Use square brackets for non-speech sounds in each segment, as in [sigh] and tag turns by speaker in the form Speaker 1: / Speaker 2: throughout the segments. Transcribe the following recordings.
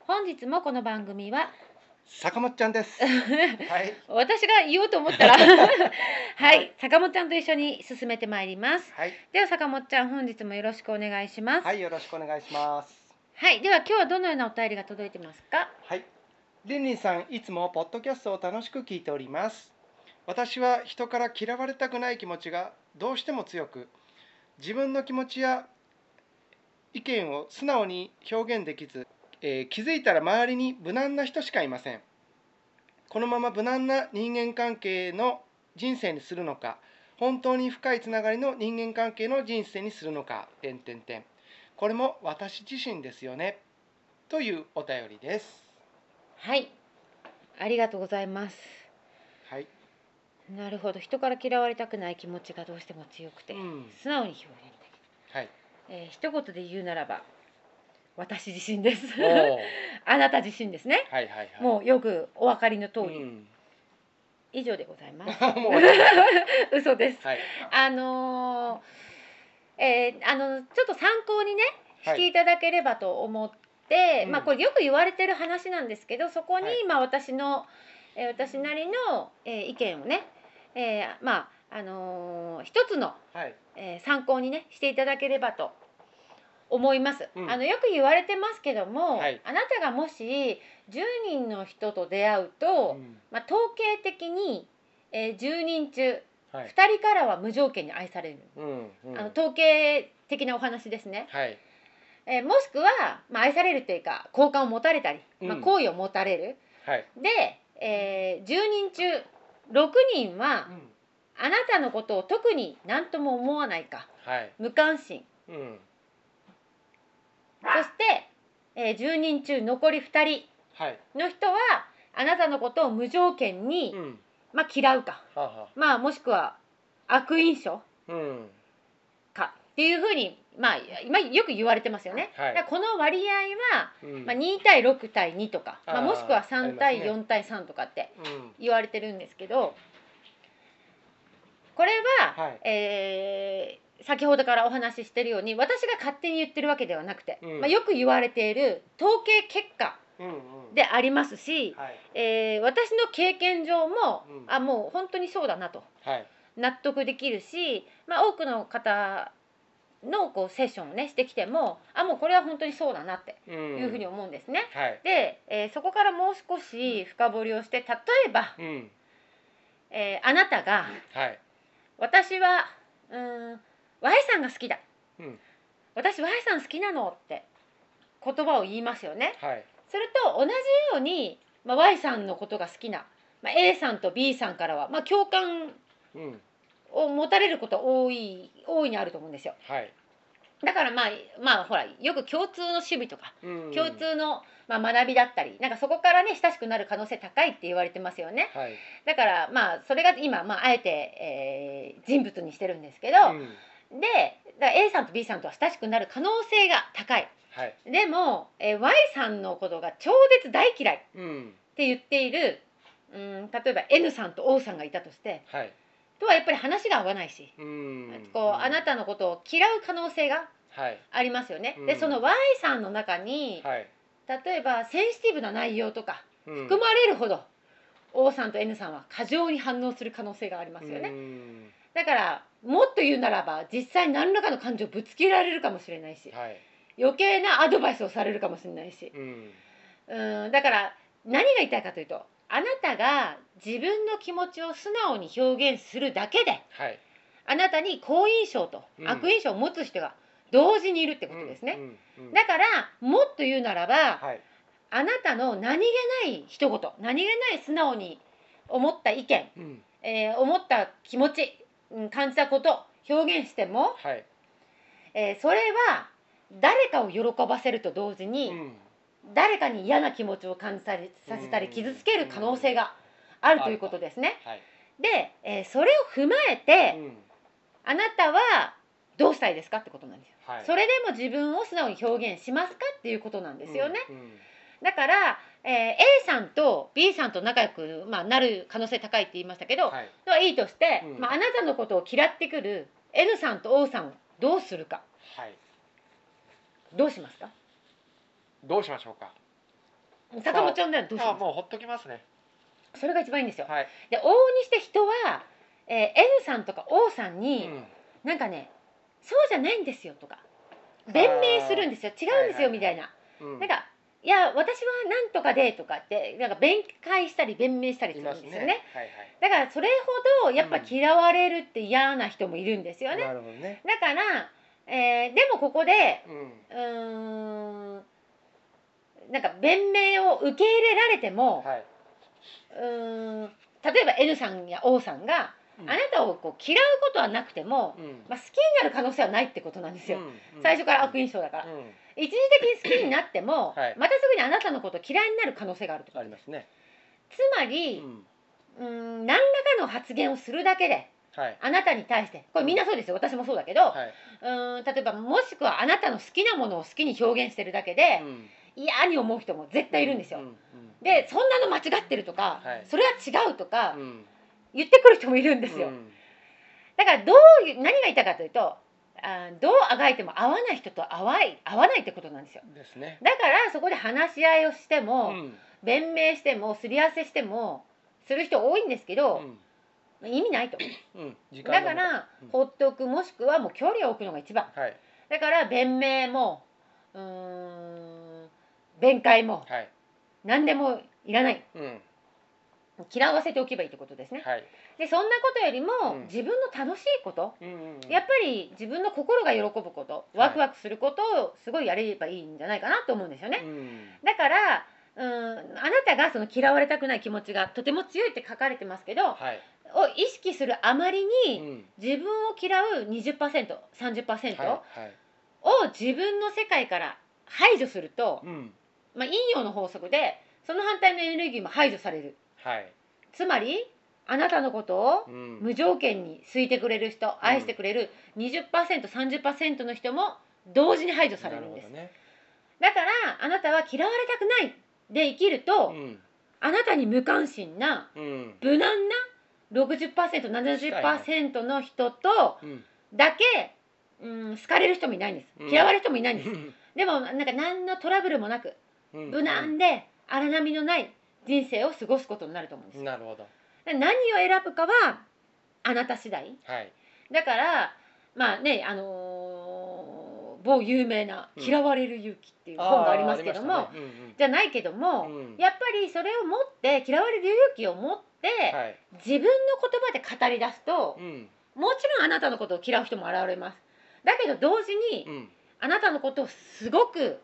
Speaker 1: 本日もこの番組は
Speaker 2: 坂本ちゃんです。はい、
Speaker 1: 私が言おうと思ったらはい、坂本ちゃんと一緒に進めてまいります。
Speaker 2: はい、
Speaker 1: では坂本ちゃん、本日もよろしくお願いします。
Speaker 2: はい、よろしくお願いします。
Speaker 1: はい、では今日はどのようなお便りが届いてますか。
Speaker 2: はい、リンリンさん、いつもポッドキャストを楽しく聞いております。私は人から嫌われたくない気持ちがどうしても強く、自分の気持ちや意見を素直に表現できず、えー気づいたら周りに無難な人しかいません。このまま無難な人間関係の人生にするのか、本当に深いつながりの人間関係の人生にするのか、点点点。これも私自身ですよね。というお便りです。
Speaker 1: はい、ありがとうございます。
Speaker 2: はい。
Speaker 1: なるほど、人から嫌われたくない気持ちがどうしても強くて、
Speaker 2: うん
Speaker 1: 素直に表現で [laughs]
Speaker 2: はい。
Speaker 1: きる、えー一言で言うならば、私自身です。
Speaker 2: おお。はい
Speaker 1: [laughs] あなた自身ですね。
Speaker 2: はいはい。
Speaker 1: もうよくお分かりの通り、
Speaker 2: ん。
Speaker 1: 以上でございます。
Speaker 2: [laughs]
Speaker 1: [laughs]
Speaker 2: もうは
Speaker 1: 嘘です。
Speaker 2: い。
Speaker 1: あのーえーあのちょっと参考にね、
Speaker 2: は
Speaker 1: して
Speaker 2: い。
Speaker 1: いただければと思って、
Speaker 2: うん
Speaker 1: まあこれよく言われてる話なんですけどそこに
Speaker 2: はい
Speaker 1: 今私の、えー私なりの、えー意見をね、えーまああのー一つの、
Speaker 2: はい。
Speaker 1: えー参考にねしていただければと思います、
Speaker 2: うん
Speaker 1: あのよく言われてますけども、
Speaker 2: はい
Speaker 1: あなたがもし10人の人と出会うと、
Speaker 2: うん
Speaker 1: まあ、統計的に、えー10人中2
Speaker 2: はい。
Speaker 1: 人からは無条件に愛される、
Speaker 2: うん。うん
Speaker 1: あの統計的なお話ですね。
Speaker 2: はい。
Speaker 1: えーもしくは、まあ、愛されるというか好感を持たれたり、まあ、
Speaker 2: うん
Speaker 1: 好意を持たれる、
Speaker 2: はい。
Speaker 1: で、えー10人中6人は
Speaker 2: うん
Speaker 1: あなたのことを特に何とも思わないか
Speaker 2: はい。
Speaker 1: 無関心
Speaker 2: うん。
Speaker 1: そして、えー10人中残り2人
Speaker 2: はい。
Speaker 1: の人はあなたのことを無条件に、
Speaker 2: うん。
Speaker 1: まあ、嫌うか、
Speaker 2: はあはあ。
Speaker 1: まあ、もしくは悪印象
Speaker 2: うん。
Speaker 1: かっていうふうに、まあ、今よく言われてますよね。
Speaker 2: はい
Speaker 1: だからこの割合は
Speaker 2: うん。
Speaker 1: まあ、2対6対2とか、まあ、
Speaker 2: あー
Speaker 1: もしくは
Speaker 2: あり
Speaker 1: 3
Speaker 2: ます
Speaker 1: 対
Speaker 2: ね
Speaker 1: 4対3とかって
Speaker 2: うん。
Speaker 1: 言われてるんですけどこれは、
Speaker 2: はい
Speaker 1: えー先ほどからお話ししてるように私が勝手に言ってるわけではなくて、
Speaker 2: うん
Speaker 1: まあ、よく言われている統計結果
Speaker 2: うん。うん。
Speaker 1: でありますし、
Speaker 2: はい。
Speaker 1: えー私の経験上も、
Speaker 2: うん
Speaker 1: あもう本当にそうだなと
Speaker 2: はい。
Speaker 1: 納得できるし、まあ、多くの方のこうセッションをねしてきてもあもうこれは本当にそうだなって
Speaker 2: うん。
Speaker 1: いうふうに思うんですね。
Speaker 2: はい。
Speaker 1: で、えーそこからもう少し深掘りをして例えば、
Speaker 2: うん。
Speaker 1: えーあなたが
Speaker 2: はい。
Speaker 1: 「私はうーん Y さんが好きだ」
Speaker 2: うん
Speaker 1: 私 Y さん好きなの」って言葉を言いますよね。
Speaker 2: はい。
Speaker 1: すると同じように、まあ、Y さんのことが好きな、まあ、A さんと B さんからは、まあ、共感
Speaker 2: うん。
Speaker 1: を持たれること多い大いにあると思うんですよ。
Speaker 2: はい。
Speaker 1: だからまあまあほらよく共通の趣味とか
Speaker 2: うん。
Speaker 1: 共。通の、まあ、学びだったりなんかそこからね親しくなる可能性高いって言われてますよね。
Speaker 2: はい。
Speaker 1: だからまあそれが今、まあ、あえて、えー人物にしてるんですけど、
Speaker 2: うん
Speaker 1: でだから A さんと B さんとは親しくなる可能性が高い
Speaker 2: はい、
Speaker 1: でも、えー Y さんのことが超絶大嫌いっ
Speaker 2: うん、
Speaker 1: て言っているうん例えば N さんと O さんがいたとして
Speaker 2: はい、
Speaker 1: とはやっぱり話が合わないし、
Speaker 2: うん、
Speaker 1: こうあなたのことを嫌う可能性が
Speaker 2: はい、
Speaker 1: ありますよね。
Speaker 2: う
Speaker 1: で
Speaker 2: ん
Speaker 1: その Y さんの中に、
Speaker 2: はい、
Speaker 1: 例えばセンシティブな内容とか
Speaker 2: うん
Speaker 1: 含まれるほど O さんと N さんは過剰に反応する可能性がありますよね。
Speaker 2: うん
Speaker 1: だからもっと言うならば実際何らかの感情をぶつけられるかもしれないし
Speaker 2: はい、
Speaker 1: 余計なアドバイスをされるかもしれないし
Speaker 2: うん、
Speaker 1: うんだから何が言いたいかというとあなたが自分の気持ちを素直に表現するだけで
Speaker 2: はい、
Speaker 1: あなたに好印象と
Speaker 2: うん
Speaker 1: 悪印象を持つ人が同時にいるってことですね。
Speaker 2: うん、うん
Speaker 1: だからもっと言うならば
Speaker 2: はい、
Speaker 1: あなたの何気ない一言何気ない素直に思った意見、
Speaker 2: うん、
Speaker 1: えー思った気持ち、うん感じたこと表現しても
Speaker 2: はい、
Speaker 1: えーそれは誰かを喜ばせると同時に、
Speaker 2: うん
Speaker 1: 誰かに嫌な気持ちを感じたりさせたり
Speaker 2: うん
Speaker 1: 傷つける可能性がある
Speaker 2: ある
Speaker 1: ということですね。
Speaker 2: はい、
Speaker 1: で、えーそれを踏まえて、
Speaker 2: うん、
Speaker 1: あなたはどうしたいですかってことなんですよ。
Speaker 2: はい、
Speaker 1: それでも自分を素直に表現しますかっていうことなんですよね。
Speaker 2: うん。うん
Speaker 1: だから、えー A さんと B さんと仲良く、まあ、なる可能性高いって言いましたけど、
Speaker 2: はい、
Speaker 1: はい、いとして、
Speaker 2: うん
Speaker 1: まあ、あなたのことを嫌ってくる N さんと O さんをどうするか
Speaker 2: はい、
Speaker 1: どうしますか
Speaker 2: どうしましょうか。
Speaker 1: 坂本ちゃんならどうし
Speaker 2: あ、
Speaker 1: ます
Speaker 2: もうほっときますね。
Speaker 1: それが一番いいんですよ。
Speaker 2: はい、
Speaker 1: で往々にして人は、えー N さんとか O さん
Speaker 2: う
Speaker 1: に、
Speaker 2: ん、
Speaker 1: なんかねそうじゃないんですよとか弁明するんですよ違うんです
Speaker 2: はいはいは
Speaker 1: よ
Speaker 2: い
Speaker 1: みたいな、
Speaker 2: うん、
Speaker 1: なんかいや私はなんとかでとかってなんか弁解したり弁明したりす
Speaker 2: い
Speaker 1: るん
Speaker 2: ま
Speaker 1: ですす
Speaker 2: ね。
Speaker 1: よね
Speaker 2: はい
Speaker 1: だからそれほどやっぱ嫌われるって嫌な人もいるんですよ
Speaker 2: はい。
Speaker 1: ね、
Speaker 2: なるほどね。
Speaker 1: だから、えーでもここで
Speaker 2: う
Speaker 1: うー
Speaker 2: ん、
Speaker 1: んなんか弁明を受け入れられても、
Speaker 2: はい。
Speaker 1: うーん例えば N さんや O さんがあなたをこう嫌うことはなくても、
Speaker 2: うん、
Speaker 1: まあ、好きになる可能性はないってことなんですよ、
Speaker 2: うん
Speaker 1: 最初から悪印象だから、
Speaker 2: うん、
Speaker 1: 一時的に好きになっても、
Speaker 2: はい
Speaker 1: またすぐにあなたのことを嫌いになる可能性があるってこ
Speaker 2: あ
Speaker 1: と
Speaker 2: りますね。
Speaker 1: つま
Speaker 2: う
Speaker 1: り、
Speaker 2: ん、
Speaker 1: うーん、何らかの発言をするだけで
Speaker 2: はい。
Speaker 1: あなたに対してこれみんなそうですよ私もそうだけど、
Speaker 2: はい。
Speaker 1: うーん例えばもしくはあなたの好きなものを好きに表現してるだけで、
Speaker 2: ん、
Speaker 1: 嫌に思う人も絶対いるんですよ、
Speaker 2: ううん
Speaker 1: で、そんなの間違ってるとか、
Speaker 2: はい
Speaker 1: それは違うとか、
Speaker 2: うん、
Speaker 1: 言ってくる人もいるんですよ、
Speaker 2: うん
Speaker 1: だからどういう何が言いたいかというとあーどうあがいても合わない人と合わない合わないってことなんですよ
Speaker 2: ですね。
Speaker 1: だからそこで話し合いをして
Speaker 2: う
Speaker 1: も、
Speaker 2: ん、
Speaker 1: 弁明してもすり合わせしてもする人多いんですけど、意味ないと
Speaker 2: うん、時
Speaker 1: だ
Speaker 2: 間の
Speaker 1: か
Speaker 2: 無駄。
Speaker 1: ら、
Speaker 2: うん
Speaker 1: 放っておくもしくはもう距離を置くのが一番
Speaker 2: はい。
Speaker 1: だから弁明もうーん弁解も
Speaker 2: はい。
Speaker 1: 何でもいらない
Speaker 2: うん、
Speaker 1: 嫌わせておけばいいってことですね
Speaker 2: はい。
Speaker 1: でそんなことよりも、
Speaker 2: うん
Speaker 1: 自分の楽しいこと
Speaker 2: うん、うん
Speaker 1: やっぱり自分の心が喜ぶことワクワクすることをすごいやればいいんじゃないかなと思うんですよね。
Speaker 2: うん、
Speaker 1: だからうんあなたがその嫌われたくない気持ちがとても強いって書かれてますけど
Speaker 2: はい。
Speaker 1: を意識するあまり
Speaker 2: う
Speaker 1: に
Speaker 2: ん、
Speaker 1: 自分を嫌う 20%30%
Speaker 2: はい。はい。
Speaker 1: を自分の世界から排除すると、
Speaker 2: うん、
Speaker 1: まあ、陰陽の法則でその反対のエネルギーも排除される
Speaker 2: はい。
Speaker 1: つまりあなたのことを
Speaker 2: うん、
Speaker 1: 無条件に好いてくれる人愛してくれる 20%30% の人も同時に排除されるんです、
Speaker 2: なる
Speaker 1: だからあなたは嫌われたくないで生きる
Speaker 2: ほ
Speaker 1: と、
Speaker 2: どね。
Speaker 1: あなたに無関心な
Speaker 2: うん、うん、
Speaker 1: 無難な 60%70% の人と
Speaker 2: うん、
Speaker 1: だけ、うん、好かれる人もいないんです
Speaker 2: うん
Speaker 1: 嫌われる人もいないんです、
Speaker 2: うん
Speaker 1: でもなんか何のトラブルもなく
Speaker 2: うん
Speaker 1: 無難で荒波のない人生を過ごすことになると思うんです、
Speaker 2: なるほど。
Speaker 1: で何を選ぶかはあなた次第
Speaker 2: はい。
Speaker 1: だからまあねあのー某有名な「
Speaker 2: うん
Speaker 1: 嫌われる勇気」っていう本がありますけども、
Speaker 2: あーありましたね
Speaker 1: じゃないけども、
Speaker 2: うん
Speaker 1: やっぱりそれを持って嫌われる勇気を持って、
Speaker 2: うん、はい。
Speaker 1: 自分の言葉で語り出すと
Speaker 2: う、ん、
Speaker 1: もちろんあなたのことを嫌う人も現れますだけど同時に、
Speaker 2: うん、
Speaker 1: あなたのことをすごく、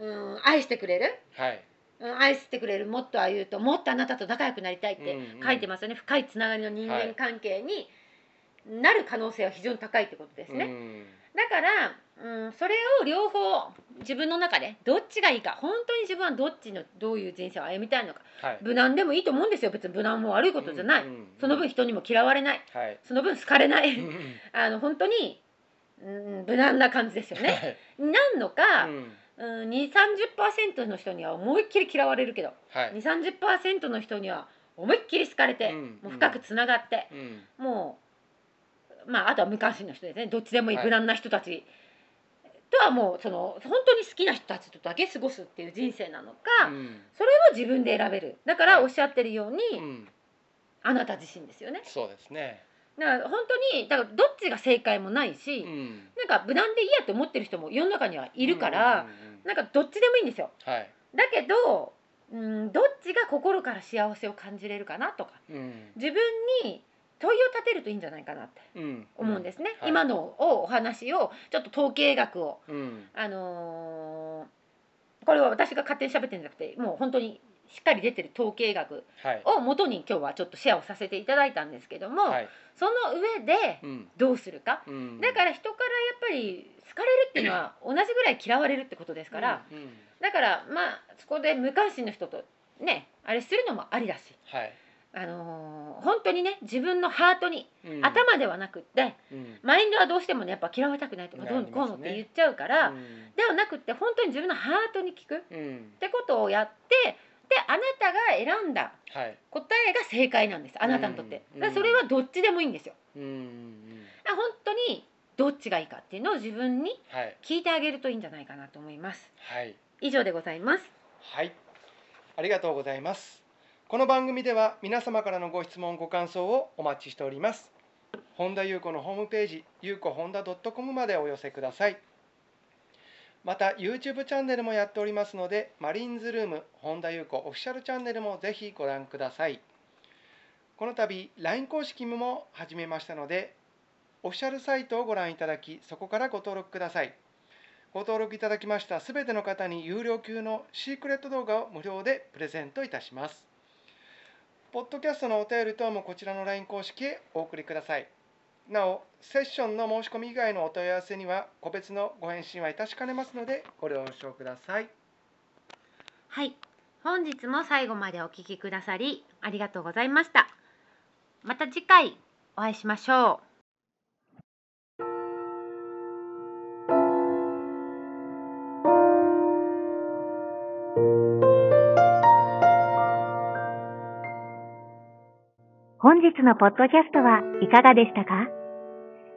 Speaker 1: うん、愛してくれる、
Speaker 2: はい。
Speaker 1: うん、愛してくれるもっとああ言うともっとあなたと仲良くなりたいって書いてますよね、深いつながりの人間関係になる可能性は非常に高いってことですね、
Speaker 2: ね。
Speaker 1: だから、うん、それを両方自分の中でどっちがいいか本当に自分はどっちのどういう人生を歩みたいのか
Speaker 2: はい。
Speaker 1: 無難でもいいと思うんですよ別に無難も悪いことじゃない、
Speaker 2: うんうんうん
Speaker 1: その分人にも嫌われない
Speaker 2: はい。
Speaker 1: [laughs] その分好かれない、
Speaker 2: うんうん
Speaker 1: あの本当にうん無難な感じですよね。なんの
Speaker 2: は
Speaker 1: か、
Speaker 2: い、う
Speaker 1: うん
Speaker 2: ん、
Speaker 1: 2 3 0の人には思いっきり嫌われるけど
Speaker 2: はい、
Speaker 1: 2 3 0の人には思いっきり好かれて、
Speaker 2: うん
Speaker 1: もう深くつながって、
Speaker 2: うん、
Speaker 1: もう、まあ、あとは無関心の人ですねどっちでもいい
Speaker 2: はい
Speaker 1: 無難な人たち、とはもうその本当に好きな人たちとだけ過ごすっていう人生なのか、
Speaker 2: うん、
Speaker 1: それを自分で選べるだか
Speaker 2: は
Speaker 1: ら
Speaker 2: い
Speaker 1: おっしゃってるように、
Speaker 2: うん、
Speaker 1: あなた自身ですよね
Speaker 2: そうですね。
Speaker 1: だから本当にだからどっちが正解もないし、
Speaker 2: うん、
Speaker 1: なんか無難でいいやって思ってる人も世の中にはいるから、
Speaker 2: うんうんうん
Speaker 1: なんかどっちでもいいんですよ
Speaker 2: はい、
Speaker 1: だけどうんどっちが心から幸せを感じれるかなとか
Speaker 2: うん、
Speaker 1: 自分に問いを立てるといいんじゃないかなって
Speaker 2: うん、
Speaker 1: 思うんですね、
Speaker 2: はい
Speaker 1: 今のをお話をちょっと統計学を
Speaker 2: うん、
Speaker 1: あのーこれは私が勝手に喋ってるんじゃなくてもう本当にしっかり出てる統計学
Speaker 2: はい、
Speaker 1: を元に今日はちょっとシェアをさせていただいたんですけども、
Speaker 2: はい、
Speaker 1: その上で
Speaker 2: うん、
Speaker 1: どうするか
Speaker 2: うん、
Speaker 1: だから人からやっぱり好かれるっていうの
Speaker 2: [clears throat]
Speaker 1: は同じぐらい嫌われるってことですから、
Speaker 2: うん、うん
Speaker 1: だからまあそこで無関心の人とねあれするのもありだし、
Speaker 2: はい、
Speaker 1: あのー本当にね自分のハートに、
Speaker 2: うん、
Speaker 1: 頭ではなくって
Speaker 2: うん、
Speaker 1: マインドはどうしてもねやっぱ嫌われたくないとかどうのこうのって言っちゃうから、
Speaker 2: うん
Speaker 1: ではなくって本当に自分のハートに聞くっ
Speaker 2: うん、
Speaker 1: てことをやってであなたが選んだ
Speaker 2: はい、
Speaker 1: 答えが正解なんですあなたにとって、
Speaker 2: うん
Speaker 1: だからそれはどっちでもいいんですよ
Speaker 2: うん、うん、
Speaker 1: だから本当にどっちがいいかっていうのを自分に
Speaker 2: はい、
Speaker 1: 聞いてあげるといいんじゃないかなと思います
Speaker 2: はい。
Speaker 1: 以上でございます
Speaker 2: はい、ありがとうございます。この番組では皆様からのご質問ご感想をお待ちしております。本田裕子のホームページ、ゆうこ本田 .com までお寄せください。また YouTube チャンネルもやっておりますので、マリーンズルーム本田裕子オフィシャルチャンネルもぜひご覧ください。この度 LINE 公式も始めましたので、オフィシャルサイトをご覧いただき、そこからご登録ください。ご登録いただきましたすべての方に有料級のシークレット動画を無料でプレゼントいたします。ポッドキャストのお便り等もこちらの LINE 公式へお送りください。なお、セッションの申し込み以外のお問い合わせには個別のご返信はいたしかねますのでご了承ください。
Speaker 1: はい本日も最後までお聞きくださりありがとうございましたまた次回お会いしましょう
Speaker 3: 本日のポッドキャストはいかがでしたか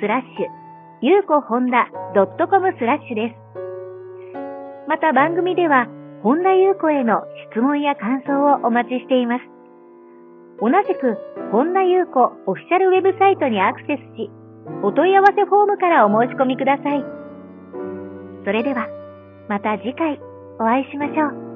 Speaker 3: スラッシュゆうこほんだ .com スラッシュです。また番組では、本田ゆう子への質問や感想をお待ちしています。同じく、本田ゆう子オフィシャルウェブサイトにアクセスし、お問い合わせフォームからお申し込みください。それでは、また次回お会いしましょう。